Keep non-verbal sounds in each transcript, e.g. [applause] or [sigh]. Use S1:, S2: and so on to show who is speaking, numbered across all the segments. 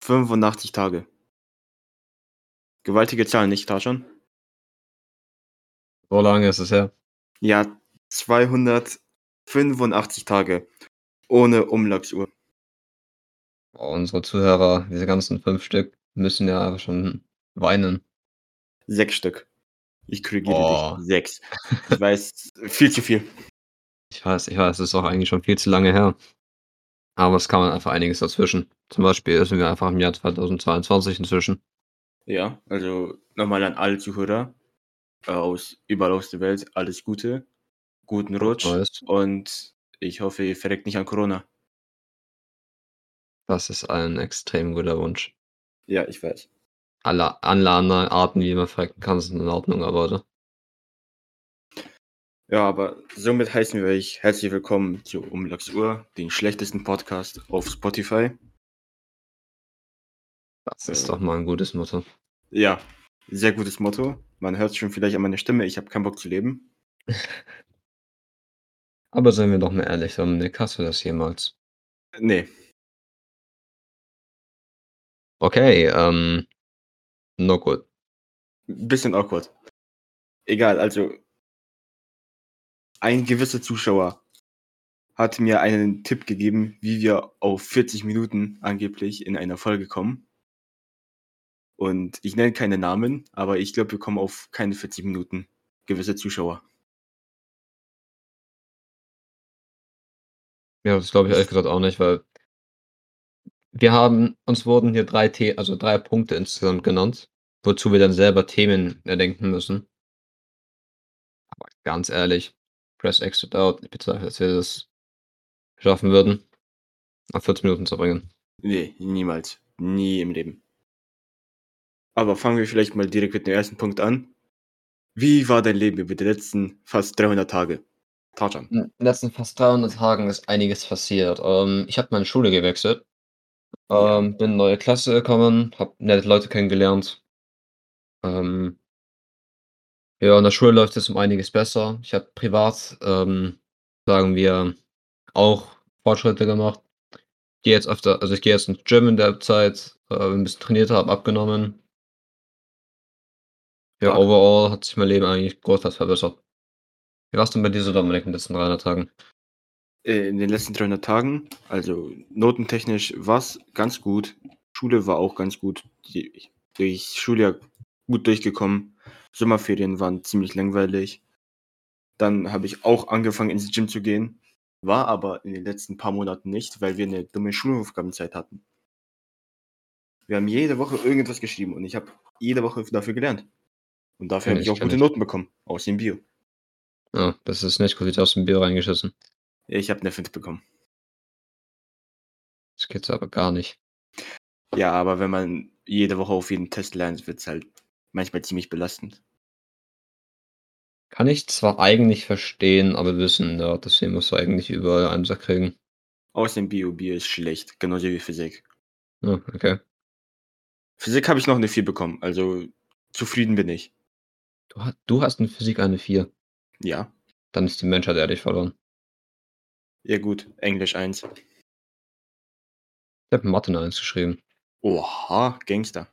S1: zweihundertfünfundachtzig Tage. Gewaltige Zahl, nicht, Tarzan?
S2: So lange ist es her.
S1: Ja, 285 Tage ohne Umlaufsuhr.
S2: Unsere Zuhörer, diese ganzen fünf Stück, müssen ja schon weinen.
S1: Sechs Stück. Ich korrigiere
S2: Oh.
S1: dich. Sechs. Ich weiß, viel zu viel.
S2: Ich weiß, ich weiß, es ist auch eigentlich schon viel zu lange her. Aber es kam einfach einiges dazwischen. Zum Beispiel sind wir einfach im Jahr 2022 inzwischen.
S1: Ja, also nochmal an alle Zuhörer äh, aus überall aus der Welt alles Gute, guten Rutsch
S2: Weißt,
S1: und ich hoffe, ihr verreckt nicht an Corona.
S2: Das ist ein extrem guter Wunsch.
S1: Ja, ich weiß.
S2: Alle, alle anderen Arten, wie man verrecken kann, sind in Ordnung, aber ne, oder?
S1: Ja, aber somit heißen wir euch herzlich willkommen zu Umlagsuhr, den schlechtesten Podcast auf Spotify.
S2: das ist doch mal ein gutes Motto.
S1: Ja, sehr gutes Motto. Man hört schon vielleicht an meiner Stimme, ich habe keinen Bock zu leben.
S2: Aber seien wir doch mal ehrlich, Dominik, hast du das jemals?
S1: Nee,
S2: Okay, ähm, no good.
S1: ein bisschen awkward. Egal, also ein gewisser Zuschauer hat mir einen Tipp gegeben, wie wir auf 40 Minuten angeblich in einer Folge kommen. Und ich nenne keine Namen, aber ich glaube, wir kommen auf keine 40 Minuten. Gewisse Zuschauer.
S2: Ja, das glaube ich ehrlich gesagt auch nicht, weil wir haben, uns wurden hier drei The also drei Punkte insgesamt genannt, wozu wir dann selber Themen erdenken müssen. Aber ganz ehrlich, Press Exit Out, ich bezweifle, dass wir das schaffen würden, auf 14 Minuten zu bringen.
S1: Nee, niemals. Nie im Leben. Aber fangen wir vielleicht mal direkt mit dem ersten Punkt an. Wie war dein Leben über die letzten fast 300 Tage? Tarjan.
S2: Hm, In den letzten fast 300 Tagen ist einiges passiert. Ähm, ich habe meine Schule gewechselt,
S1: Ja.
S2: ähm, bin in neue Klasse gekommen, habe nette Leute kennengelernt. Ähm, ja, in der Schule läuft es um einiges besser. Ich habe privat, ähm, sagen wir, auch Fortschritte gemacht. Gehe jetzt öfter, also ich gehe jetzt ins Gym in der Zeit, äh, bin ein bisschen trainiert habe, abgenommen. Ja,
S1: Stark.
S2: overall hat sich mein Leben eigentlich großartig verbessert. Wie warst du denn bei dir so, Dominik, in den letzten 300 Tagen?
S1: Äh, In den letzten 300 Tagen, also notentechnisch war es ganz gut. Schule war auch ganz gut. Die, durch Schuljahr gut durchgekommen. Sommerferien waren ziemlich langweilig. Dann habe ich auch angefangen ins Gym zu gehen. War aber in den letzten paar Monaten nicht, weil wir eine dumme Schulaufgabenzeit hatten. Wir haben jede Woche irgendwas geschrieben und ich habe jede Woche dafür gelernt. Und dafür
S2: Kenn
S1: habe ich
S2: ich,
S1: auch
S2: kenn
S1: gute
S2: ich.
S1: Noten bekommen. Aus dem Bio.
S2: Ja, das ist nicht gut, ich aus dem Bier reingeschissen.
S1: Ich habe eine 5 bekommen.
S2: Das geht's aber gar nicht.
S1: Ja, aber wenn man jede Woche auf jeden Test lernt, wird's halt manchmal ziemlich belastend.
S2: Kann ich zwar eigentlich verstehen, aber wissen, ja, deswegen musst du eigentlich überall einen Sack kriegen.
S1: Außerdem Bio, Bio ist schlecht, genauso wie Physik.
S2: Ja, okay.
S1: Physik habe ich noch eine 4 bekommen, also zufrieden bin ich.
S2: Du, ha- du hast in Physik eine 4.
S1: Ja,
S2: Dann ist die Menschheit ehrlich verloren.
S1: ja gut, Englisch 1.
S2: Ich habe Mathe eine 1 geschrieben.
S1: Oha, Gangster.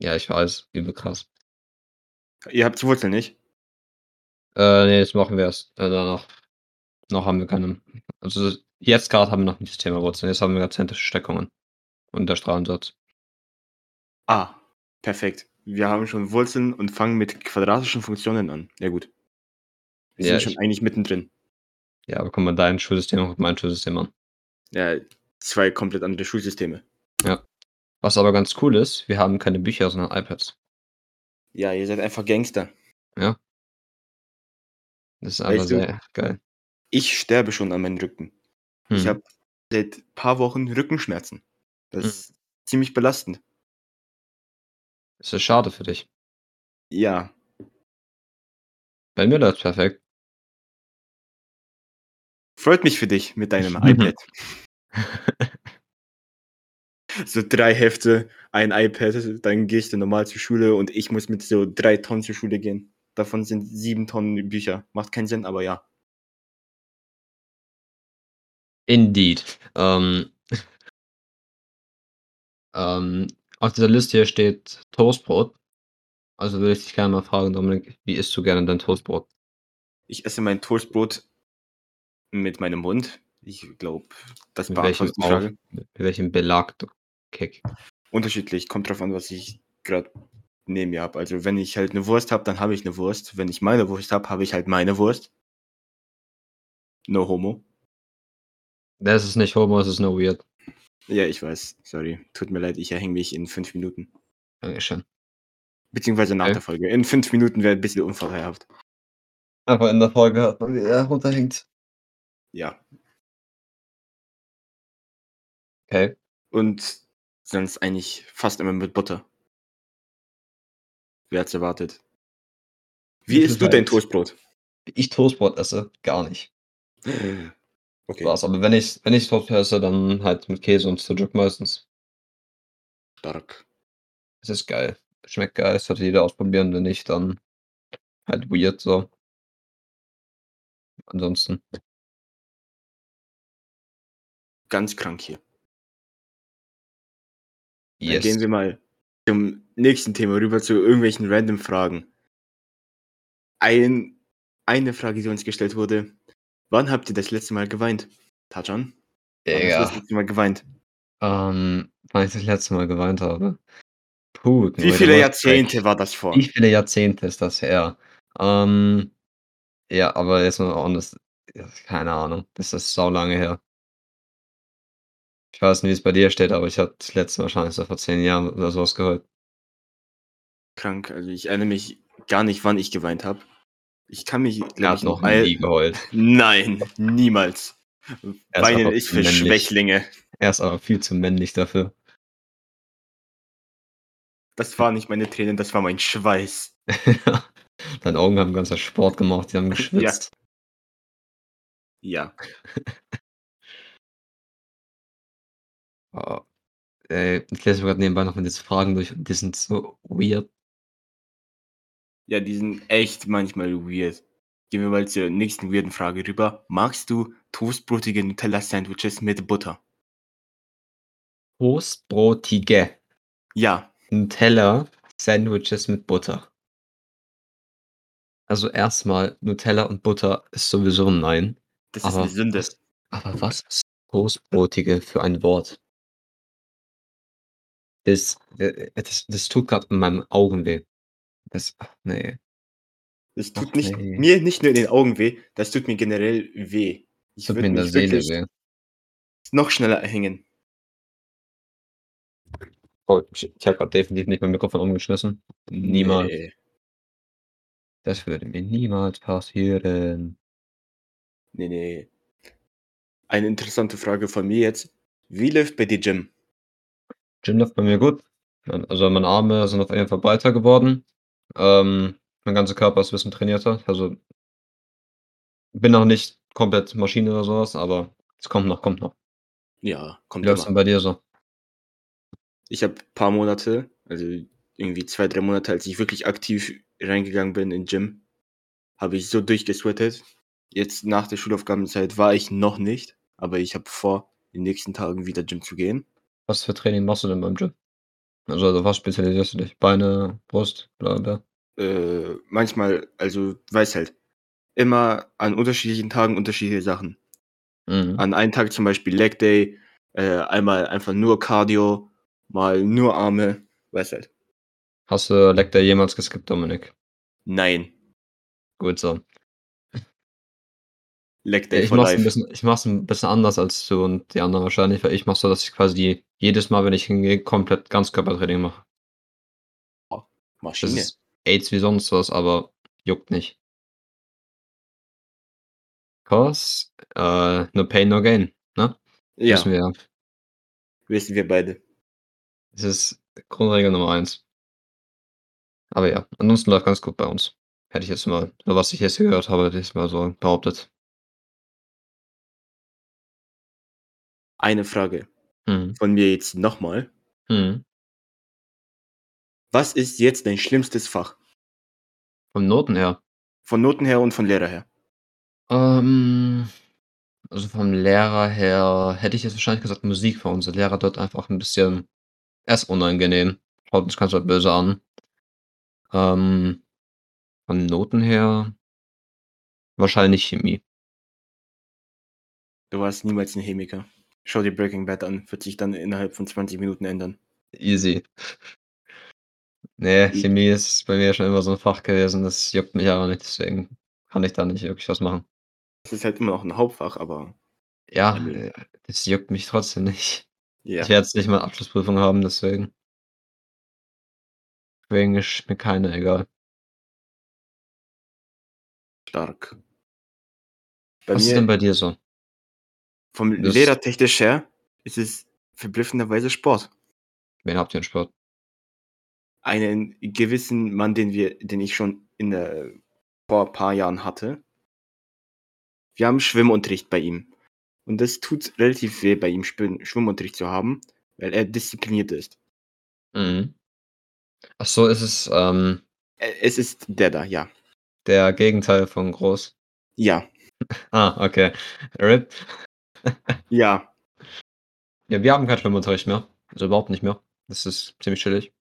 S2: Ja, ich weiß, übel krass.
S1: Ihr habt die Wurzel nicht?
S2: Äh, nee, das machen wir erst äh, danach. Noch haben wir keine. Also jetzt gerade haben wir noch nicht das Thema Wurzeln. Jetzt haben wir gazentrische Steckungen. Und der Strahlensatz.
S1: Ah, perfekt. Wir haben schon Wurzeln und fangen mit quadratischen Funktionen an. Ja gut. Wir
S2: Ja,
S1: sind
S2: ich-
S1: schon eigentlich mittendrin.
S2: Ja, aber guck mal, dein Schulsystem und mein Schulsystem an.
S1: Ja, zwei komplett andere Schulsysteme.
S2: Was aber ganz cool ist, wir haben keine Bücher, sondern iPads.
S1: Ja, ihr seid einfach Gangster.
S2: Das ist einfach
S1: Weißt du-
S2: sehr geil.
S1: Ich sterbe schon an meinen Rücken. Ich
S2: Hm.
S1: habe seit ein paar Wochen Rückenschmerzen. Das
S2: Mhm.
S1: ist ziemlich belastend.
S2: Es ist schade für dich.
S1: Ja,
S2: Bei mir läuft perfekt.
S1: freut mich für dich mit deinem
S2: Mhm.
S1: iPad. So drei Hefte, ein iPad, dann gehst du normal zur Schule und ich muss mit so drei Tonnen zur Schule gehen. Davon sind sieben Tonnen Bücher. Macht keinen Sinn, aber ja.
S2: Indeed. Ähm, [laughs] Ähm, auf dieser Liste hier steht Toastbrot. Also würde ich dich gerne mal fragen, Dominik, wie isst du gerne dein Toastbrot?
S1: Ich esse mein Toastbrot mit meinem Mund. Ich glaube, das
S2: Mit welchem,
S1: beantwortet die
S2: auf,
S1: Frage.
S2: mit welchem Belag du Kick?
S1: Unterschiedlich, kommt drauf an, was ich gerade neben mir habe. Also wenn ich halt eine Wurst habe, dann habe ich eine Wurst. Wenn ich meine Wurst habe, habe ich halt meine Wurst. No homo.
S2: Das ist nicht Homo, das ist nur weird.
S1: Ja, ich weiß. Sorry. Tut mir leid, ich erhänge mich in fünf Minuten.
S2: Dankeschön.
S1: Beziehungsweise nach
S2: Okay.
S1: der Folge. In fünf Minuten wäre ein bisschen unvorteilhaft.
S2: Einfach in der Folge hat man, wie er runterhängt.
S1: Ja.
S2: Okay.
S1: Und sonst eigentlich fast immer mit Butter. Wer hat's erwartet? Wie
S2: Ich
S1: isst du dein
S2: weiß.
S1: Toastbrot?
S2: Wie Ich Toastbrot esse, gar nicht.
S1: Okay,
S2: Spaß. Aber wenn ich, wenn ich Toastbrot esse, dann halt mit Käse und Sujuk meistens.
S1: stark.
S2: Es ist geil. Schmeckt geil, das sollte jeder ausprobieren. Wenn nicht, dann halt weird so. Ansonsten.
S1: Ganz krank hier. Dann
S2: Yes.
S1: gehen wir mal zum nächsten Thema rüber zu irgendwelchen random Fragen. Ein, eine Frage, die uns gestellt wurde. Wann habt ihr das letzte Mal geweint? Tajan? wann hast du Das
S2: Digga.
S1: letzte Mal geweint.
S2: Ähm, weil ich das letzte Mal geweint habe. Puh,
S1: Wie
S2: Leute,
S1: viele
S2: was-
S1: Jahrzehnte war das vor?
S2: Wie viele Jahrzehnte ist das her? Ähm, ja, aber jetzt mal honest, ja, keine Ahnung, das ist sau lange her. Ich weiß nicht, wie es bei dir steht, aber ich hatte das letzte Mal wahrscheinlich so vor zehn Jahren oder sowas gehört.
S1: Krank. Also ich erinnere mich gar nicht, wann ich geweint habe. Ich kann mich,
S2: Er
S1: glaube
S2: hat
S1: ich,
S2: noch
S1: all-
S2: nie geheult.
S1: Nein, niemals.
S2: Er ist
S1: Weine
S2: einfach
S1: ich für
S2: männlich.
S1: Schwächlinge.
S2: Er ist aber viel zu männlich dafür. [laughs]
S1: Das waren nicht meine Tränen, das war mein Schweiß.
S2: Deine Augen haben ganzer Sport gemacht, die haben geschwitzt.
S1: Ja.
S2: Oh, ey, ich lese mir gerade nebenbei noch mal diese Fragen durch und die sind so weird.
S1: Ja, die sind echt manchmal weird. Gehen wir mal zur nächsten weirden Frage rüber. Magst du toastbrotige Nutella-Sandwiches mit Butter?
S2: Toastbrotige
S1: Ja.
S2: Nutella Sandwiches mit Butter. Also erstmal, Nutella und Butter ist sowieso ein Nein.
S1: Das ist
S2: Aber
S1: eine Sünde.
S2: was- Aber was ist Toastbrotige für ein Wort? Das, äh, das, das tut gerade in meinen Augen weh. Das, ach nee.
S1: Das
S2: Ach,
S1: tut nicht,
S2: nee.
S1: mir nicht nur in den Augen weh, das tut mir generell weh. Ich
S2: tut
S1: würd
S2: mir in der
S1: mich
S2: Seele
S1: wirklich
S2: weh.
S1: noch schneller erhängen.
S2: Oh, ich ich habe gerade definitiv nicht mein Mikrofon umgeschmissen. Niemals.
S1: Nee.
S2: Das würde mir niemals passieren.
S1: Nee, nee. Eine interessante Frage von mir jetzt. Wie läuft bei dir Jim?
S2: Gym läuft bei mir gut. Mein- Also meine Arme sind auf jeden Fall breiter geworden. Ähm, mein ganzer Körper ist ein bisschen trainierter. Also bin noch nicht komplett Maschine oder sowas, aber es kommt noch, kommt noch.
S1: Ja,
S2: Wie
S1: kommt
S2: läuft's
S1: immer.
S2: denn bei dir so?
S1: Ich habe paar Monate, also irgendwie zwei, drei Monate, als ich wirklich aktiv reingegangen bin in Gym, habe ich so durchgesweatet. Jetzt nach der Schulaufgabenzeit war ich noch nicht, aber ich habe vor, in den nächsten Tagen wieder Gym zu gehen.
S2: Was für Training machst du denn beim Gym? Also, also was spezialisierst du dich? Beine, Brust, bla bla.
S1: Äh, manchmal, also weiß halt, immer an unterschiedlichen Tagen unterschiedliche Sachen.
S2: Mhm.
S1: An einem Tag zum Beispiel Leg Day, äh, einmal einfach nur Cardio, mal nur Arme, weiß halt.
S2: Hast du Leg Day jemals geskippt, Dominik?
S1: Nein,
S2: Gut so.
S1: Leg Day
S2: Ich
S1: for
S2: mach's, ein
S1: life.
S2: bisschen, ich mach's ein bisschen anders als du und die anderen wahrscheinlich, weil ich mach's so, dass ich quasi jedes Mal, wenn ich hingehe, komplett Ganzkörpertraining mache. Das
S1: Maschine.
S2: ist AIDS wie sonst was, aber juckt nicht. Cause, äh, no pain, no gain. Ne?
S1: Ja,
S2: Wissen wir ja.
S1: wissen wir beide.
S2: Das ist Grundregel Nummer eins. Aber ja, ansonsten läuft ganz gut bei uns. Hätte ich jetzt mal, nur was ich jetzt gehört habe, hätte ich mal so behauptet.
S1: Eine Frage
S2: Mhm.
S1: von mir jetzt nochmal.
S2: Mhm.
S1: Was ist jetzt dein schlimmstes Fach?
S2: Von Noten her.
S1: Von Noten her und von Lehrer her.
S2: Ähm, also vom Lehrer her hätte ich jetzt wahrscheinlich gesagt Musik, weil unser Lehrer dort einfach ein bisschen es ist unangenehm. Schaut uns ganz halt böse an. Ähm, von Noten her wahrscheinlich Chemie.
S1: Du warst niemals ein Chemiker. Schau dir Breaking Bad an, wird sich dann innerhalb von 20 Minuten ändern.
S2: Easy. Nee,
S1: Ich-
S2: Chemie ist bei mir schon immer so ein Fach gewesen, das juckt mich aber nicht, deswegen kann ich da nicht wirklich was machen.
S1: Das ist halt immer noch ein Hauptfach, aber
S2: Ja,
S1: Übel.
S2: äh, das juckt mich trotzdem nicht.
S1: ja.
S2: Ich werde jetzt nicht mal Abschlussprüfung haben, deswegen. Deswegen ist mir keine egal.
S1: stark. Bei
S2: was ist denn bei dir so?
S1: vom
S2: Das-
S1: lehrertechnisch her ist es verblüffenderweise Sport.
S2: Wen habt ihr im Sport?
S1: Einen gewissen Mann, den wir, den ich schon in der, vor ein paar Jahren hatte. Wir haben Schwimmunterricht bei ihm. Und das tut relativ weh, bei ihm Schwim- Schwimmunterricht zu haben, weil er diszipliniert ist.
S2: Mhm. Ach so, ist es ähm,
S1: Ä- Äh, Es ist der da, ja.
S2: der Gegenteil von groß.
S1: Ja,
S2: Ah, okay. RIP.
S1: ja.
S2: Ja, wir haben keinen Schwimmunterricht mehr. Also überhaupt nicht mehr. Das ist ziemlich chillig.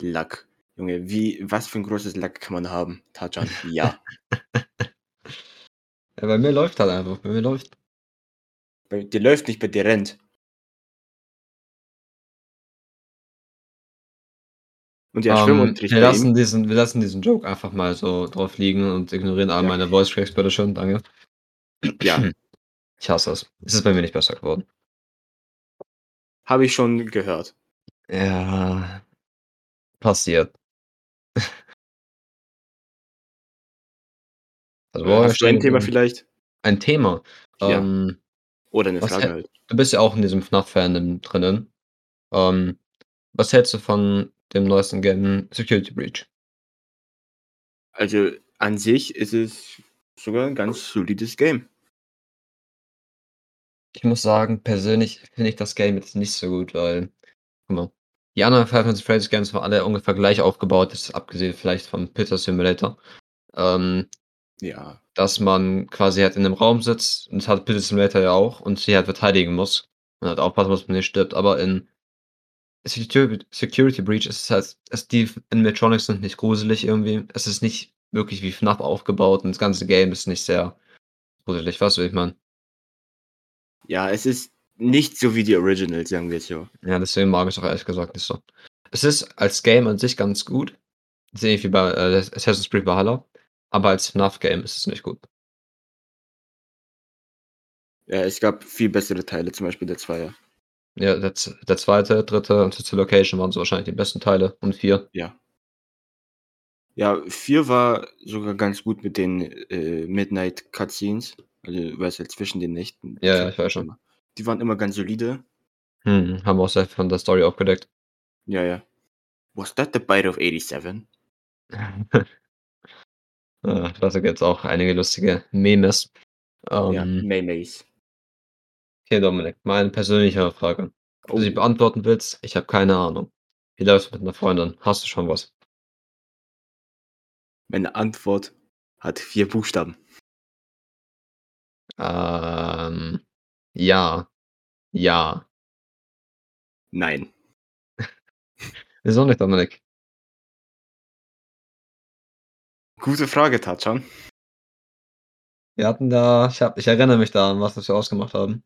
S1: Lack. Junge, wie, was für ein großes Lack kann man haben?
S2: [laughs]
S1: Tajan, ja.
S2: Ja, bei mir läuft halt einfach. Bei mir läuft.
S1: Bei- Dir läuft nicht, bei dir rennt. Und ja,
S2: Ähm,
S1: Schwimmunterricht
S2: wir,
S1: bei ihm.
S2: lassen diesen, wir lassen diesen Joke einfach mal so drauf liegen und ignorieren all
S1: Ja.
S2: meine Voice Cracks bitte schön. Danke. [clears throat]
S1: Ja,
S2: Ich hasse es. Es ist bei mir nicht besser geworden.
S1: habe ich schon gehört.
S2: Ja. Passiert. Also, wo waren wir
S1: Äh, Hast du ein
S2: stehen
S1: Thema
S2: geblieben?
S1: vielleicht?
S2: Ein Thema.
S1: Ja.
S2: Ähm,
S1: Oder eine
S2: Was
S1: Frage
S2: hä-
S1: halt.
S2: du bist ja auch in diesem FNAF-Fan drinnen. Ähm, was hältst du von dem neuesten Game Security Breach?
S1: Also an sich ist es sogar ein ganz solides Game.
S2: Ich muss sagen, persönlich finde ich das Game jetzt nicht so gut, weil, guck mal, die anderen Five Nights at Freddy's Games waren alle ungefähr gleich aufgebaut, jetzt abgesehen vielleicht vom Pizza Simulator. Ähm,
S1: Ja.
S2: dass man quasi halt in einem Raum sitzt, und das hat Pizza Simulator ja auch, und sich halt verteidigen muss. Und halt aufpassen muss, dass man nicht stirbt. Aber in Security, Security Breach ist es halt, es, die Animatronics sind nicht gruselig irgendwie. Es ist nicht wirklich wie FNAF aufgebaut und das ganze Game ist nicht sehr gruselig. Weißt du, wie ich meine?
S1: Ja, es ist nicht so wie die Original, sagen wir es so.
S2: Ja, deswegen mag ich es auch ehrlich gesagt nicht so. Es ist als Game an sich ganz gut. Das ist ähnlich wie bei äh, Assassin's Creed Valhalla. Aber als FNAF-Game ist es nicht gut.
S1: Ja, es gab viel bessere Teile, zum Beispiel der Zweier.
S2: Ja, der, z- der zweite, dritte und letzte Location waren so wahrscheinlich die besten Teile. Und vier.
S1: Ja, 4 war sogar ganz gut mit den äh, Midnight Cutscenes. Also, du weißt ja, zwischen den Nächten.
S2: Ja, ja, ich weiß schon.
S1: Die waren immer ganz solide.
S2: Hm, haben auch sehr viel von der Story aufgedeckt.
S1: Ja, ja. Was that the bite of 87?
S2: Ah, Dazu gibt es auch einige lustige Memes. Ähm,
S1: Ja, May Mays.
S2: Okay, Dominik, meine persönliche Frage. Ob
S1: Oh.
S2: du sie beantworten willst, ich habe keine Ahnung. Wie läuft's mit einer Freundin? Hast du schon was?
S1: Meine Antwort hat vier Buchstaben.
S2: Ähm, ja. Ja.
S1: Nein.
S2: Wieso nicht, Dominik?
S1: Gute Frage, Tatschan.
S2: Wir hatten da, ich, hab, ich erinnere mich da an, was wir ausgemacht haben.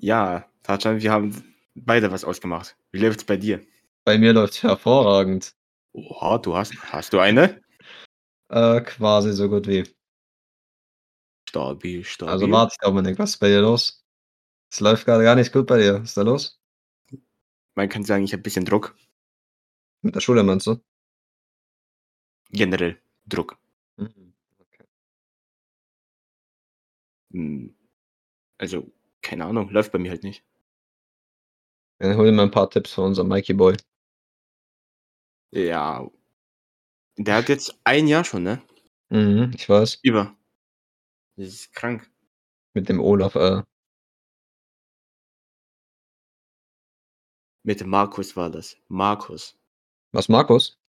S1: Ja, Tatschan, wir haben beide was ausgemacht. Wie läuft's bei dir?
S2: Bei mir läuft's hervorragend.
S1: Oha, du hast. Hast du eine?
S2: Äh, quasi so gut wie.
S1: Stabil, stabil.
S2: Also warte, Dominik, was ist bei dir los? Es läuft gerade gar nicht gut bei dir. Was ist da los?
S1: Man kann sagen, ich habe ein bisschen Druck.
S2: Mit der Schule meinst du?
S1: Generell Druck.
S2: Mhm. Okay.
S1: Hm. Also, keine Ahnung, läuft bei mir halt nicht.
S2: Dann hol dir mal ein paar Tipps von unserem Mikey Boy.
S1: Ja. Der hat jetzt ein Jahr schon, ne?
S2: Mhm, ich weiß.
S1: Über. Das ist krank.
S2: Mit dem Olaf, äh,
S1: Mit Markus war das. Markus.
S2: was, Markus?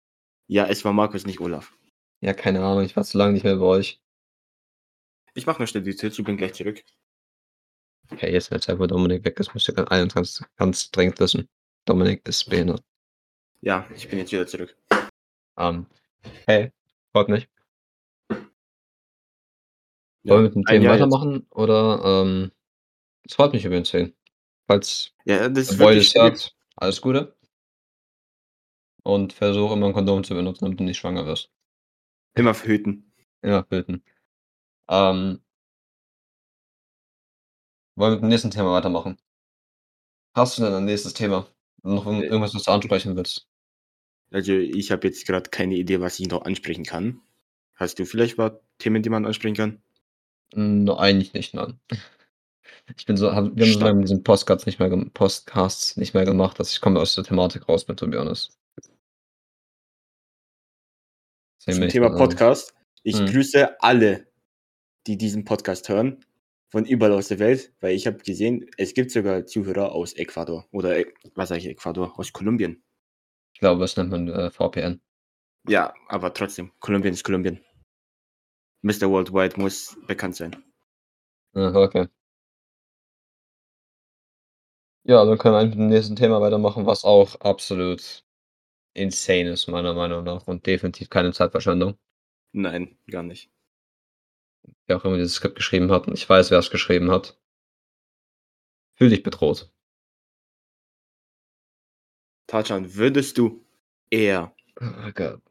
S1: Ja, es war Markus, nicht Olaf.
S2: Ja, keine Ahnung, ich war zu lange nicht mehr bei euch.
S1: Ich mache noch schnell die Tür zu, bin gleich zurück.
S2: Okay, jetzt wird Zeit, wo Dominik weg ist, müsst ihr ganz, ganz, ganz dringend wissen. Dominik ist behindert.
S1: Ja, ich bin jetzt wieder zurück.
S2: Ähm, hey, freut mich.
S1: Ja,
S2: Wollen wir mit dem
S1: ein
S2: Thema
S1: Jahr jetzt.
S2: weitermachen? Oder, ähm, es freut mich übrigens sehen. Falls
S1: Ja, das
S2: ihr
S1: ist
S2: wollt,
S1: wirklich
S2: es
S1: schwierig.
S2: hört, alles Gute. Und versuche immer ein Kondom zu benutzen, damit du nicht schwanger wirst.
S1: Immer verhüten.
S2: Ja, Hilton. Ähm, wollen wir mit dem nächsten Thema weitermachen? Hast du denn ein nächstes Thema? Noch irgend-
S1: Äh.
S2: irgendwas, was du ansprechen willst?
S1: Also ich habe jetzt gerade keine Idee, was ich noch ansprechen kann. Hast du vielleicht mal Themen, die man ansprechen kann?
S2: Hm, No, eigentlich nicht, nein. Ich bin so, hab, wir haben so
S1: Stark.
S2: lange diesen Podcast nicht mehr, gem- Podcasts nicht mehr gemacht, dass ich komme aus der Thematik raus mit, to be honest. Deswegen
S1: Zum
S2: bin ich
S1: Thema
S2: da-
S1: Podcast. Ich
S2: Hm.
S1: grüße alle, die diesen Podcast hören, von überall aus der Welt, weil ich habe gesehen, es gibt sogar Zuhörer aus Ecuador oder äh, was sage ich Ecuador, aus Kolumbien.
S2: Ich glaube, das nennt man äh, VPN.
S1: Ja, aber trotzdem, Kolumbien ist Kolumbien. Mr. Worldwide muss bekannt sein.
S2: Ja, okay. Ja, dann können wir eigentlich mit dem nächsten Thema weitermachen, was auch absolut insane ist, meiner Meinung nach, und definitiv keine Zeitverschwendung.
S1: Nein, gar nicht.
S2: wer auch immer dieses Skript geschrieben hat, und ich weiß, wer es geschrieben hat. Fühl dich bedroht.
S1: Tatschan, würdest du eher?
S2: Oh Gott.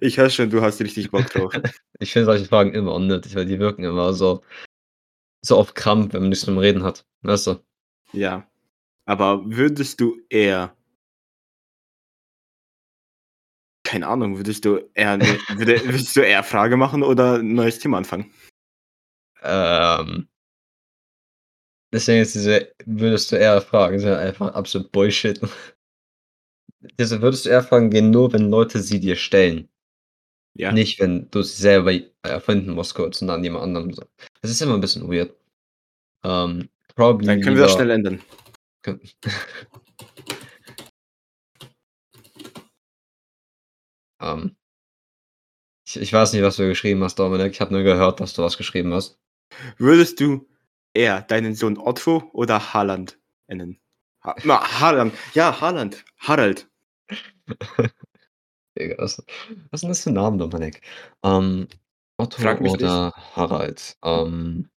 S1: Ich höre schon, du hast richtig Bock drauf.
S2: Ich finde solche Fragen immer unnötig, weil die wirken immer so, so auf Krampf, wenn man nichts zum Reden hat. Weißt du?
S1: ja. Aber würdest du eher. Keine Ahnung, würdest du eher,
S2: [laughs]
S1: ne, würde, würdest du eher Frage machen oder ein neues Thema anfangen?
S2: Ähm, deswegen ist diese, würdest du eher fragen, sind einfach absolut Bullshit. [laughs] Diese würdest du eher fragen gehen, nur wenn Leute sie dir stellen.
S1: Ja.
S2: Nicht, wenn du sie selber äh, erfinden musst kurz und dann jemand anderem so. Das ist immer ein bisschen weird. Ähm, probably
S1: Dann können wir das
S2: lieber-
S1: schnell ändern.
S2: Ähm, ich, ich weiß nicht, was du geschrieben hast, Dominik. Ich habe nur gehört, dass du was geschrieben hast.
S1: Würdest du eher deinen Sohn Otto oder Haaland nennen? Ha Na, Haaland. Ja, Haaland. Harald.
S2: Digga, was, was sind das für Namen, Dominik? Ähm, Otto
S1: Frag mich
S2: oder Harald? Ähm,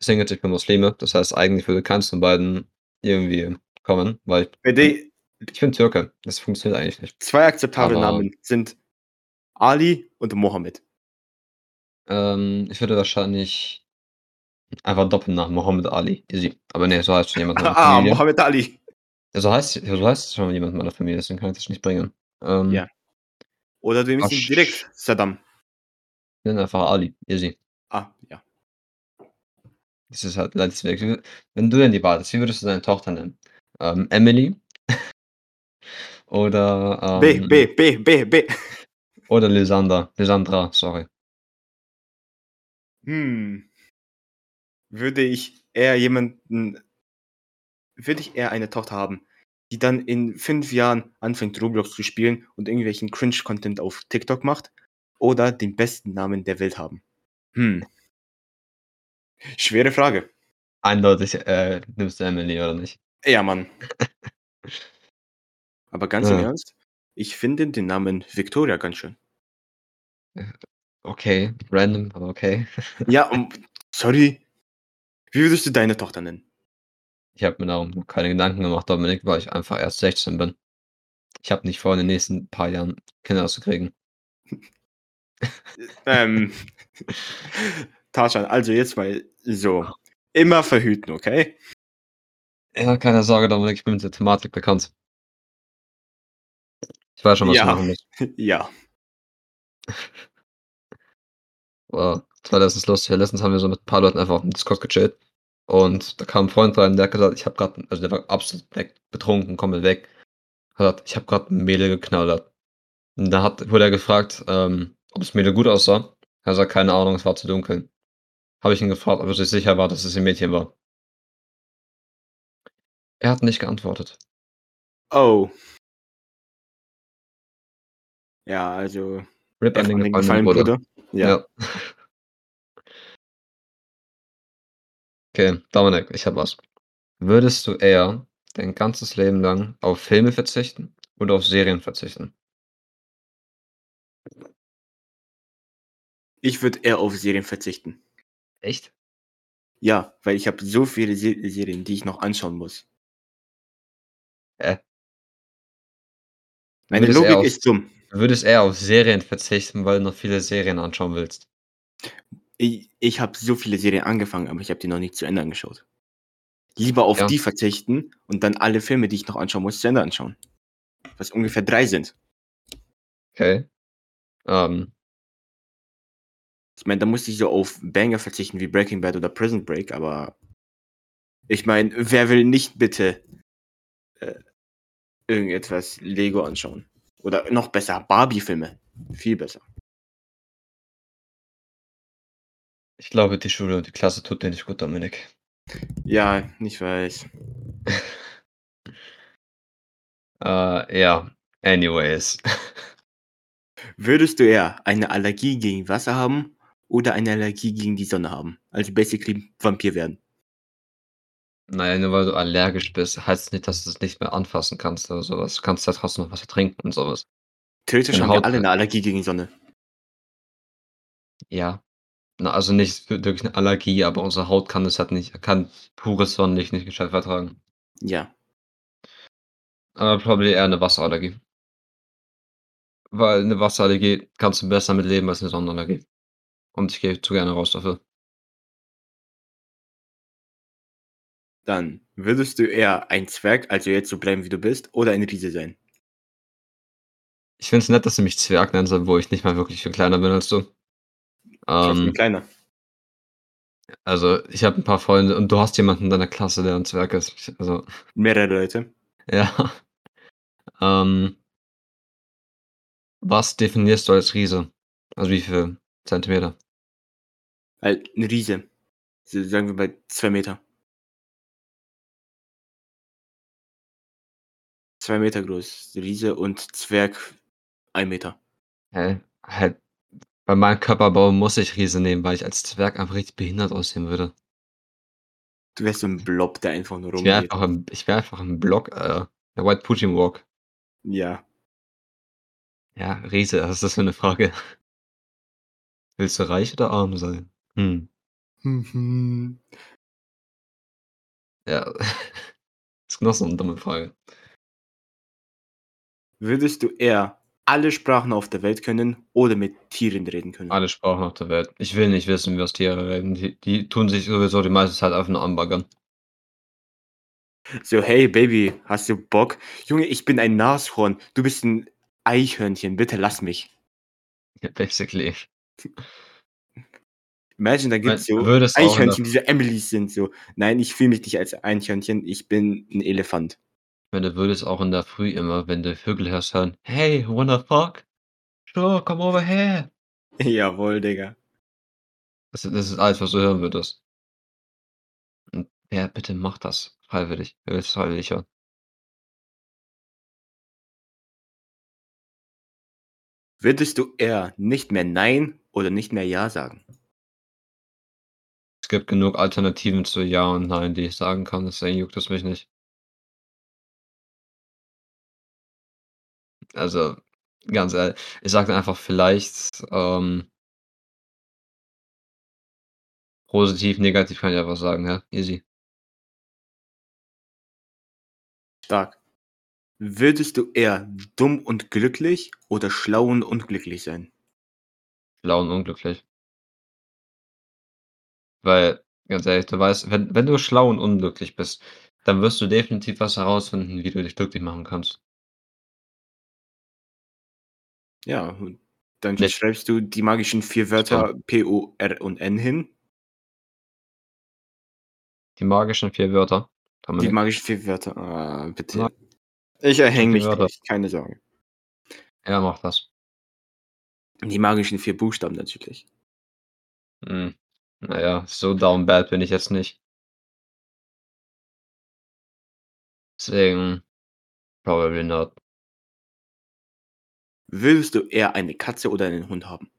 S2: ich denke natürlich nur Muslime. Das heißt, eigentlich würde keins von beiden irgendwie kommen, weil ich,
S1: Die
S2: ich bin Türke. Das funktioniert eigentlich nicht.
S1: zwei akzeptable
S2: Aber-
S1: Namen sind Ali und Mohammed.
S2: Ähm, ich würde wahrscheinlich einfach doppeln nach Mohammed Ali. Easy. Aber nee, so heißt schon jemand in
S1: [laughs]
S2: meiner
S1: Ah,
S2: Familie.
S1: Mohammed Ali.
S2: so, heißt, so heißt schon jemand in meiner Familie, deswegen kann ich das nicht bringen. Ähm,
S1: Ja. Oder du nimmst ihn
S2: Asch.
S1: direkt Saddam.
S2: Nenn einfach Ali, easy.
S1: Ah, ja.
S2: Das ist halt leider weg. Wie- Wenn du denn die Wahl hast, wie würdest du deine Tochter nennen? Ähm, Emily? [laughs] oder
S1: B,
S2: ähm,
S1: B, B, B, B.
S2: oder Lysander. Lysandra, sorry.
S1: Hm. Würde ich eher jemanden, würde ich eher eine Tochter haben, die dann in fünf Jahren anfängt Roblox zu spielen und irgendwelchen Cringe-Content auf TikTok macht oder den besten Namen der Welt haben? Hm. Schwere Frage.
S2: Eindeutig äh, nimmst du Emily oder nicht?
S1: Ja, Mann. Aber ganz im
S2: Ja.
S1: Ernst, ich finde den Namen Victoria ganz schön.
S2: Okay, random, aber okay.
S1: Ja, um, sorry. Wie würdest du deine Tochter nennen?
S2: Ich habe mir darum noch keine Gedanken gemacht, Dominik, weil ich einfach erst 16 bin. Ich habe nicht vor, in den nächsten paar Jahren Kinder zu kriegen.
S1: Ähm. Tarzan, also jetzt mal so. Immer verhüten, okay?
S2: Ja, keine Sorge, Dominik, ich bin mit der Thematik bekannt. Ich weiß schon, was
S1: Ja.
S2: ich machen muss.
S1: Ja.
S2: Wow, das war letztens lustig. Letztens haben wir so mit ein paar Leuten einfach auf dem Discord gechillt. Und da kam ein Freund rein, der hat gesagt, ich habe gerade, also der war absolut weg, betrunken, komplett weg. Hat gesagt, ich habe gerade ein Mädel geknallert. Und da hat, wurde er gefragt, ähm, ob das Mädel gut aussah. Er sagt, keine Ahnung, es war zu dunkel. Habe ich ihn gefragt, ob er sich sicher war, dass es ein Mädchen war. Er hat nicht geantwortet.
S1: Oh. Ja, also.
S2: Rip an
S1: F
S2: den gefallenen Bruder.
S1: Ja.
S2: Okay, Dominik, ich habe was. Würdest du eher dein ganzes Leben lang auf Filme verzichten oder auf Serien verzichten?
S1: Ich würde eher auf Serien verzichten.
S2: Echt?
S1: Ja, weil ich habe so viele Se Serien, die ich noch anschauen muss.
S2: Hä?
S1: Meine
S2: Würdest du eher
S1: Logik
S2: auf-
S1: ist dumm.
S2: Du würdest eher auf Serien verzichten, weil du noch viele Serien anschauen willst.
S1: Ich, ich habe so viele Serien angefangen, aber ich habe die noch nicht zu Ende angeschaut. Lieber auf
S2: Ja.
S1: die verzichten und dann alle Filme, die ich noch anschauen muss, zu Ende anschauen. Was ungefähr drei sind.
S2: Okay. Ähm,
S1: Ich meine, da musste ich so auf Banger verzichten wie Breaking Bad oder Prison Break, aber ich meine, wer will nicht bitte äh, irgendetwas Lego anschauen? Oder noch besser, Barbie-Filme. Viel besser.
S2: ich glaube, die Schule und die Klasse tut dir nicht gut, Dominik.
S1: Ja, ich weiß.
S2: Äh, ja. Anyways. [laughs]
S1: Würdest du eher eine Allergie gegen Wasser haben oder eine Allergie gegen die Sonne haben? Also basically Vampir werden.
S2: Naja, nur weil du allergisch bist, heißt es nicht, dass du es nicht mehr anfassen kannst oder sowas. Du kannst ja trotzdem noch was trinken und sowas.
S1: Theoretisch
S2: Deine
S1: haben wir
S2: Haut-
S1: alle eine Allergie gegen die Sonne.
S2: Ja. Na, also nicht wirklich eine Allergie, aber unsere Haut kann es halt nicht, kann pures Sonnenlicht nicht gescheit vertragen.
S1: Ja.
S2: Aber probably eher eine Wasserallergie. Weil eine Wasserallergie kannst du besser mit leben als eine Sonnenallergie. Und ich gehe zu gerne raus dafür.
S1: Dann würdest du eher ein Zwerg, also jetzt so bleiben wie du bist, oder ein Riese sein?
S2: Ich finde es nett, dass du mich Zwerg nennst, obwohl ich nicht mal wirklich viel kleiner bin als du.
S1: Trotzdem
S2: Ähm,
S1: kleiner.
S2: also, ich habe ein paar Freunde und du hast jemanden in deiner Klasse, der ein Zwerg ist. Ich- Also,
S1: Mehrere Leute.
S2: [laughs] ja. Ähm, was definierst du als Riese? Also, wie viel Zentimeter?
S1: Halt, ein Riese. So, sagen wir bei zwei Meter. Zwei Meter groß. Riese und Zwerg ein Meter.
S2: Hä? Halt, bei meinem Körperbau muss ich Riese nehmen, weil ich als Zwerg einfach richtig behindert aussehen würde.
S1: Du wärst so ein Blob, der einfach nur
S2: Ich wäre
S1: rumgeht.
S2: einfach, ein- ich wär einfach ein Block, äh, der White Putin Walk.
S1: Ja.
S2: Ja, Riese, was ist das für eine Frage? [laughs] Willst du reich oder arm sein? Hm,
S1: Würdest
S2: ja. [laughs] ist noch so eine dumme Frage.
S1: du eher alle Sprachen auf der Welt können oder mit Tieren reden können?
S2: Alle Sprachen auf der Welt. Ich will nicht wissen, wie aus Tiere reden. Die, die tun sich sowieso die meiste Zeit einfach nur anbaggern.
S1: So, hey Baby, hast du Bock? Junge, ich bin ein Nashorn. Du bist ein Eichhörnchen. Bitte lass mich.
S2: Ja, basically.
S1: Imagine, da
S2: Ich mein,
S1: gibt's so
S2: würdest auch in der,
S1: Eichhörnchen, die so Emilys sind. So, nein, ich fühle mich nicht als Eichhörnchen. Ich bin ein Elefant. [laughs]
S2: ich meine, du würdest auch in der Früh immer, wenn du Vögel hörst, hören, hey, wanna fuck? Sure, come over here.
S1: Jawohl, Digga.
S2: Das, ist- das ist alles, was du hören würdest. Und wer bitte macht das? Freiwillig. Wer will es freiwillig hören?
S1: Würdest du eher nicht mehr Nein oder nicht mehr Ja sagen?
S2: Es gibt genug Alternativen zu Ja und Nein, die ich sagen kann, deswegen juckt es mich nicht. Also, ganz ehrlich, ich sage einfach vielleicht, ähm, positiv, negativ kann ich einfach sagen, ja, easy.
S1: Stark. Würdest du eher dumm und glücklich oder schlau und unglücklich sein?
S2: Blau und unglücklich. Weil, ganz ehrlich, du weißt, wenn, wenn du schlau und unglücklich bist, dann wirst du definitiv was herausfinden, wie du dich glücklich machen kannst.
S1: Ja, und dann
S2: Nee.
S1: schreibst du die magischen vier Wörter P, O, R und N hin.
S2: Die magischen vier Wörter.
S1: Die
S2: Dominik.
S1: magischen vier Wörter. Ah, bitte.
S2: Mag-
S1: Ich erhänge
S2: vier
S1: mich
S2: Wörter.
S1: nicht, keine Sorge.
S2: Er macht das.
S1: Die magischen vier Buchstaben natürlich.
S2: Hm. Naja, so down bad bin ich jetzt nicht. Deswegen, probably not.
S1: Würdest du eher eine Katze oder einen Hund haben?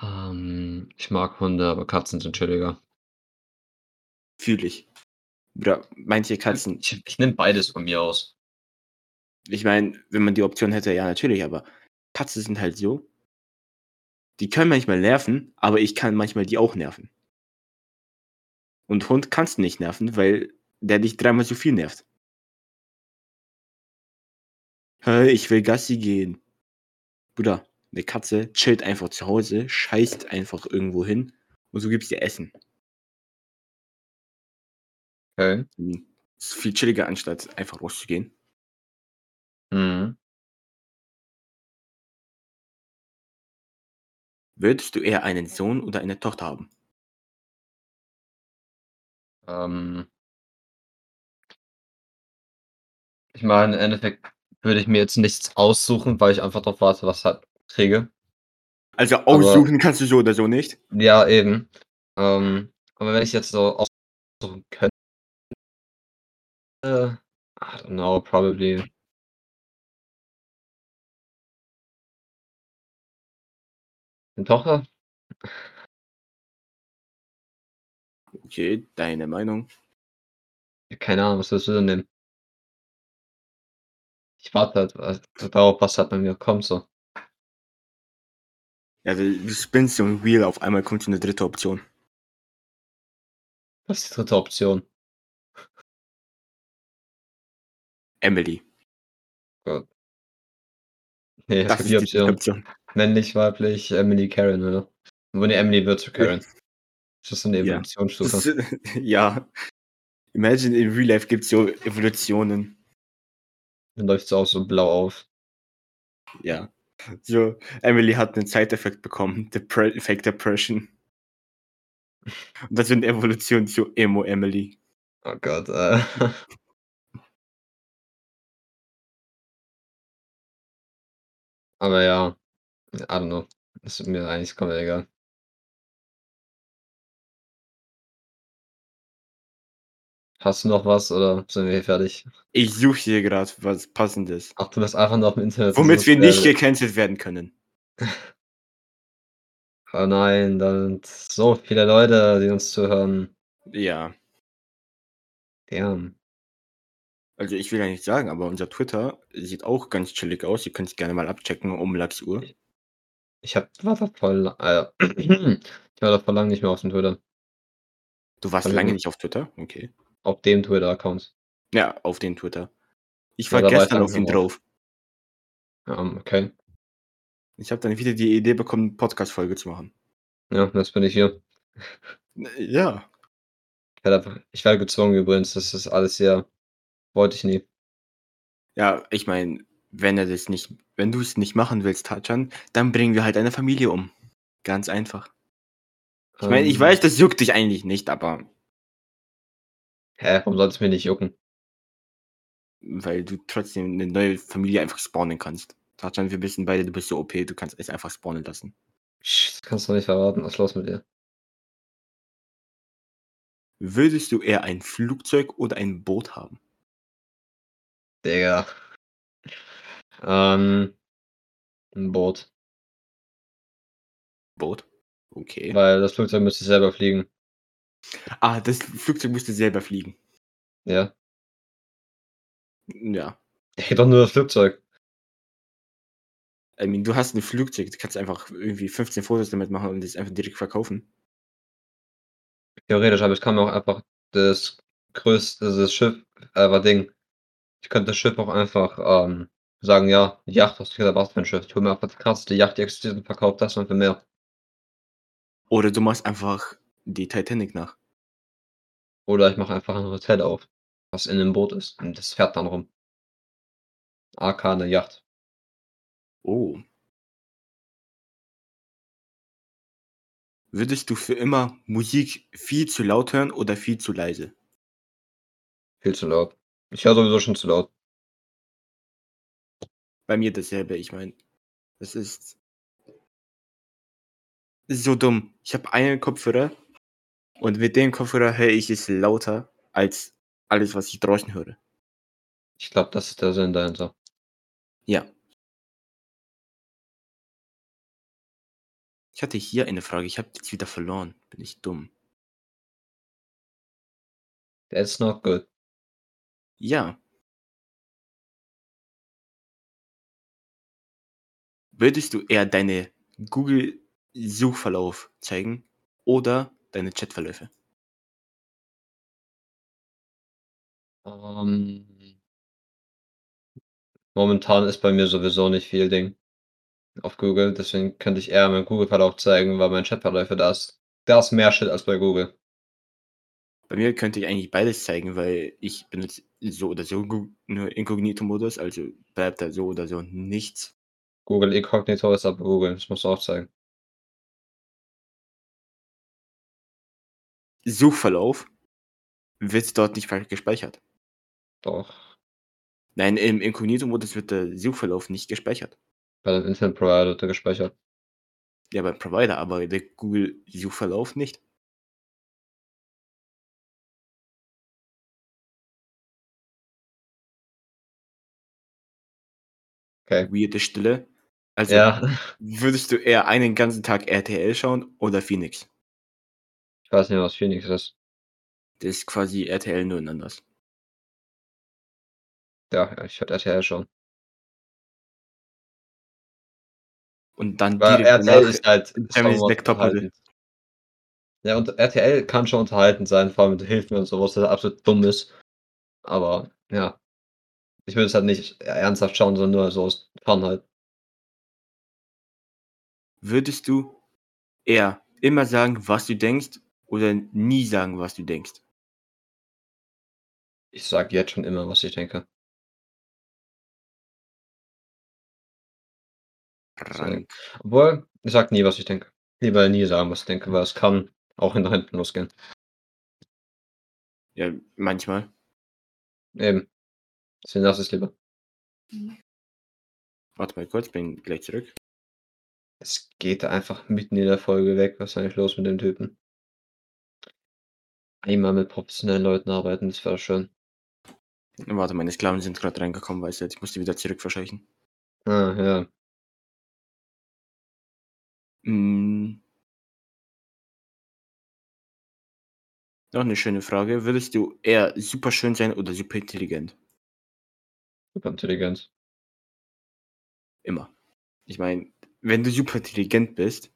S2: Ähm, ich mag Hunde, aber Katzen sind chilliger.
S1: Fühl ich. Oder manche Katzen.
S2: Ich, ich nehme beides von mir aus.
S1: Ich meine, wenn man die Option hätte, ja, natürlich, aber Katzen sind halt so. Die können manchmal nerven, aber ich kann manchmal die auch nerven. Und Hund kannst du nicht nerven, weil der dich dreimal so viel nervt. Hey, ich will Gassi gehen. Bruder, eine Katze chillt einfach zu Hause, scheißt einfach irgendwo hin und so gibst ihr Essen.
S2: Okay.
S1: Ist viel chilliger, anstatt einfach rauszugehen.
S2: Mhm.
S1: Würdest du eher einen Sohn oder eine Tochter haben?
S2: Ähm, ich meine, im Endeffekt würde ich mir jetzt nichts aussuchen, weil ich einfach darauf warte, was ich halt kriege.
S1: Also aussuchen kannst du so oder so nicht.
S2: Ja, eben. Ähm, aber wenn ich jetzt so aussuchen könnte, äh, I don't know, probably. Eine Tochter?
S1: Okay, deine Meinung.
S2: Ja, Keine Ahnung, was willst du denn nehmen? Ich warte halt äh, darauf, was halt bei mir kommt, so.
S1: Ja, du du spinnst so ein Wheel, auf einmal kommt so eine dritte Option.
S2: Das ist die dritte Option. [laughs]
S1: Emily.
S2: Nee,
S1: Das
S2: das
S1: ist
S2: die
S1: die dritte
S2: Option.
S1: Option.
S2: Männlich, weiblich, Emily, Karen, oder? Wo ne, Emily wird zu Karen. Das ist so eine
S1: Ja.
S2: Evolutionsstufe.
S1: Das ist, [laughs] ja. Imagine in Real Life gibt es so Evolutionen.
S2: Dann läuft es auch so blau auf.
S1: Ja. So, Emily hat einen Side-Effekt bekommen. Depre Fake Depression. Und das sind Evolutionen zu Emo Emily.
S2: Oh Gott, äh. [laughs] Aber ja, I don't know. Ist mir eigentlich komplett egal. Hast du noch was oder sind wir hier fertig?
S1: Ich suche hier gerade was Passendes.
S2: Ach, du bist einfach noch im Internet.
S1: Womit wir nicht
S2: äh,
S1: gecancelt werden können.
S2: Oh nein, da sind so viele Leute, die uns zuhören.
S1: Ja.
S2: Damn.
S1: Also ich will ja nicht sagen, aber unser Twitter sieht auch ganz chillig aus. Ihr könnt es gerne mal abchecken um Lachsuhr.
S2: Ich hab, war da voll, äh, [clears throat] ich war da voll lang nicht mehr auf dem Twitter.
S1: Du warst
S2: Hab ich
S1: lange
S2: mir-
S1: nicht auf Twitter? Okay.
S2: Auf dem Twitter-Account.
S1: Ja, auf den Twitter. Ich
S2: Ja,
S1: war
S2: da war ich
S1: gestern
S2: lange
S1: auf ihn
S2: nicht mehr
S1: drauf.
S2: Ähm, okay.
S1: Ich habe dann wieder die Idee bekommen, eine Podcast-Folge zu machen.
S2: Ja, jetzt bin ich hier.
S1: Ja.
S2: Ich werde, einfach- ich werde gezwungen übrigens, das ist alles sehr. Wollte ich nie.
S1: Ja, ich meine, wenn er das nicht, wenn du es nicht machen willst, Tatschan, dann bringen wir halt eine Familie um. Ganz einfach. Ich meine, ich
S2: Ähm,
S1: weiß, das juckt dich eigentlich nicht, aber
S2: Hä, warum soll es mir nicht jucken?
S1: weil du trotzdem eine neue Familie einfach spawnen kannst. Tatschan, wir wissen beide, du bist so OP, du kannst es einfach spawnen lassen.
S2: Sch, Das kannst du nicht verraten, was ist los mit dir?
S1: Würdest du eher ein Flugzeug oder ein Boot haben?
S2: Digga. Ähm, ein Boot.
S1: Boot. Okay.
S2: Weil das Flugzeug müsste selber fliegen.
S1: Ah, das Flugzeug müsste selber fliegen.
S2: Ja.
S1: Ja.
S2: Ich hätte doch nur das Flugzeug.
S1: I mean, du hast ein Flugzeug, du kannst einfach irgendwie 15 Fotos damit machen und das einfach direkt verkaufen.
S2: Theoretisch, aber ich kann mir auch einfach das größte, also das Schiff, äh, war Ding. Ich könnte das Schiff auch einfach, ähm, sagen, ja, die Yacht, was du was für ein Schiff. Ich hol mir einfach das krasseste Yacht, die existiert und verkauft das und für mehr.
S1: Oder du machst einfach die Titanic nach.
S2: Oder ich mache einfach ein Hotel auf, was in einem Boot ist. Und das fährt dann rum. AK eine Yacht.
S1: Oh. Würdest du für immer Musik viel zu laut hören oder viel zu leise?
S2: Viel zu laut. Ich höre sowieso schon zu laut.
S1: Bei mir dasselbe, ich meine, das ist das ist so dumm. Ich habe einen Kopfhörer und mit dem Kopfhörer höre ich es lauter als alles, was ich draußen höre.
S2: Ich glaube, das ist der Sinn dahinter.
S1: Ja. Ich hatte hier eine Frage, ich habe jetzt wieder verloren. Bin ich dumm.
S2: That's not good.
S1: Ja. Würdest du eher deine Google-Suchverlauf zeigen oder deine Chatverläufe?
S2: Ähm, momentan ist bei mir sowieso nicht viel Ding auf Google, deswegen könnte ich eher meinen Google-Verlauf zeigen, weil mein Chatverläufe da ist. Da ist mehr Shit als bei Google.
S1: Bei mir könnte ich eigentlich beides zeigen, weil ich benutze so oder so Gu- nur Inkognito-Modus, also bleibt da so oder so nichts.
S2: Google Incognito ist aber Google, das musst du auch zeigen.
S1: Suchverlauf wird dort nicht ver- gespeichert.
S2: Doch,
S1: Nein, im Inkognito-Modus wird der Suchverlauf nicht gespeichert.
S2: bei dem Internetprovider wird er gespeichert.
S1: Ja, beim Provider, aber der Google-Suchverlauf nicht.
S2: Okay.
S1: Weirde Stille. Also
S2: Ja,
S1: würdest du eher einen ganzen Tag RTL schauen oder Phoenix?
S2: ich weiß nicht, was Phoenix ist.
S1: Das ist quasi RTL nur in anders.
S2: Ja, ja, ich würde RTL schon.
S1: Und dann
S2: Weil
S1: direkt
S2: RTL
S1: danach-
S2: ist halt
S1: Germany's
S2: somewhat
S1: Next Top Model.
S2: unterhaltend. Ja, und RTL kann schon unterhaltend sein, vor allem mit Hilfen und so, was das absolut dumm ist. Aber ja, ich würde es halt nicht ernsthaft schauen, sondern nur so aus Fun halt.
S1: würdest du eher immer sagen, was du denkst oder nie sagen, was du denkst?
S2: Ich sage jetzt schon immer, was ich denke.
S1: Krank.
S2: Obwohl, ich sage nie, was ich denke. Lieber nie sagen, was ich denke, weil es kann auch nach hinten losgehen.
S1: Ja, manchmal.
S2: Eben. Deswegen lass es lieber.
S1: Warte mal kurz, bin gleich zurück.
S2: Es geht einfach mitten in der Folge weg. Was ist eigentlich los mit dem Typen? Einmal mit professionellen Leuten arbeiten, das wäre schön.
S1: Warte, meine Sklaven sind gerade reingekommen, weißt du, jetzt musst du wieder zurück verscheuchen.
S2: Ah, ja.
S1: Mm. Noch eine schöne Frage. Würdest du eher super schön sein oder super intelligent?
S2: Super intelligent.
S1: Immer. Ich meine, wenn du super intelligent bist,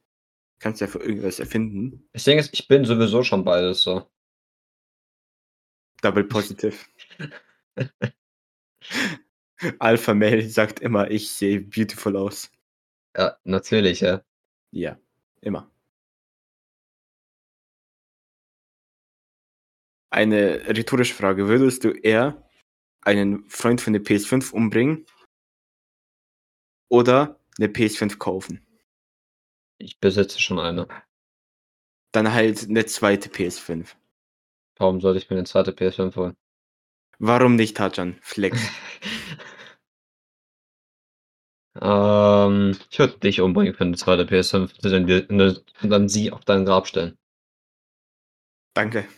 S1: kannst du ja für irgendwas erfinden.
S2: Das Ding ist, ich bin sowieso schon beides so.
S1: Double positive. Alpha Male sagt immer, ich sehe beautiful aus.
S2: Ja, natürlich, ja.
S1: Ja, immer. Eine rhetorische Frage. Würdest du eher einen Freund von der PS5 umbringen oder eine PS5 kaufen?
S2: Ich besitze schon eine.
S1: Dann halt eine zweite PS5.
S2: Warum sollte ich mir eine zweite PS5 holen?
S1: Warum nicht, Tajan? Flex.
S2: ähm, ich würde dich umbringen für eine zweite PS5 und dann die- ne, und dann sie auf dein Grab stellen. [laughs]
S1: Danke.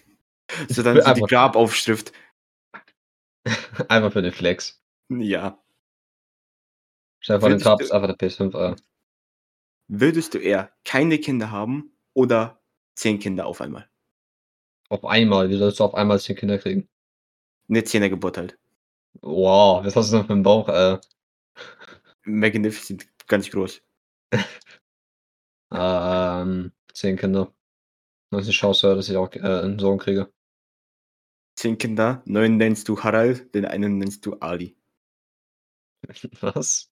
S2: Ich
S1: So, dann
S2: will
S1: so die
S2: einfach-
S1: Grabaufschrift.
S2: Einmal für den Flex.
S1: Ja.
S2: Stell vor, dein
S1: Würdest
S2: Grab
S1: du-
S2: ist einfach eine PS5. Äh.
S1: Würdest du eher keine Kinder haben oder zehn Kinder auf einmal?
S2: Auf einmal. Wie sollst du auf einmal zehn Kinder kriegen?
S1: Eine Zehner Geburt halt.
S2: Wow, was hast du denn für einen Bauch? Äh?
S1: Magnificent, ganz groß.
S2: Ähm, zehn Kinder. Das ist eine Chance, dass ich auch äh, einen Sohn kriege. [laughs]
S1: Zehn Kinder, neun nennst du Harald, den einen nennst du Ali.
S2: Was?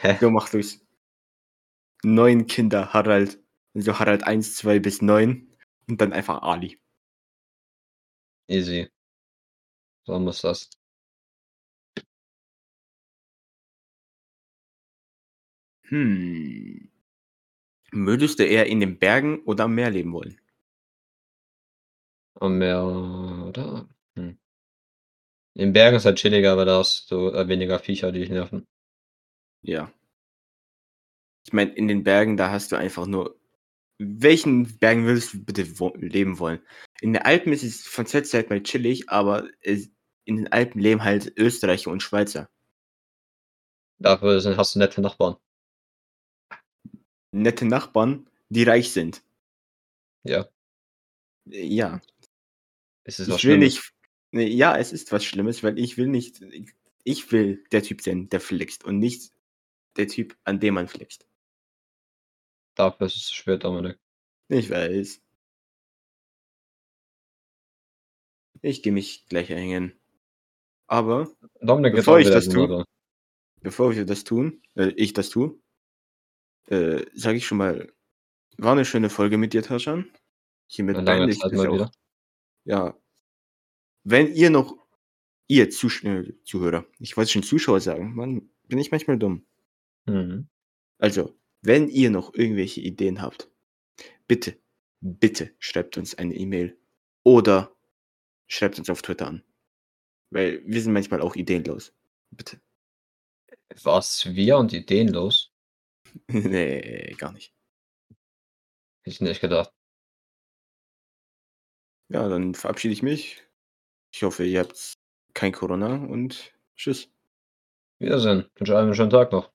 S2: Hä?
S1: So mach du's. Neun Kinder, Harald. Also Harald 1, 2 bis 9 und dann einfach Ali.
S2: Easy. So muss das.
S1: Hm. Würdest du eher in den Bergen oder am Meer leben wollen?
S2: Am Meer, oder? Hm. In Bergen ist halt chilliger, weil da hast du äh, weniger Viecher, die dich nerven.
S1: Ja. Ich meine, in den Bergen, da hast du einfach nur. Welchen Bergen würdest du bitte wo leben wollen? In den Alpen ist es von Zeit zu Zeit mal chillig, aber es, in den Alpen leben halt Österreicher und Schweizer.
S2: Dafür sind, hast du nette Nachbarn.
S1: Nette Nachbarn, die reich sind.
S2: Ja.
S1: Ja.
S2: Es ist was
S1: Ich will
S2: Schlimmes.
S1: nicht. Nee, ja, es ist was Schlimmes, weil ich will nicht. Ich will der Typ sein, der flext und nicht der Typ, an dem man flext.
S2: Dafür ist es zu spät, Dominik.
S1: Ich weiß. Ich gehe mich gleich erhängen. Aber
S2: Dominik
S1: Bevor
S2: auch
S1: ich
S2: wieder
S1: das
S2: so,
S1: tue-
S2: oder?
S1: bevor wir das tun, äh, ich das tue, äh, sage ich schon mal, war eine schöne Folge mit dir, Taschan. Hiermit
S2: Eine lange
S1: beende ich
S2: Zeit
S1: das
S2: mal
S1: auch.
S2: wieder.
S1: Ja. Wenn ihr noch, ihr Zus äh, Zuhörer, ich wollte schon Zuschauer sagen, Mann, bin ich manchmal dumm.
S2: Mhm.
S1: Also, wenn ihr noch irgendwelche Ideen habt, bitte, bitte schreibt uns eine E-Mail oder schreibt uns auf Twitter an. Weil wir sind manchmal auch ideenlos. Bitte.
S2: Was wir und ideenlos?
S1: [laughs] nee, gar nicht.
S2: Hätte ich nicht gedacht.
S1: Ja, dann verabschiede ich mich. Ich hoffe, ihr habt kein Corona und tschüss.
S2: Wiedersehen. Wünsche allen einen schönen Tag noch.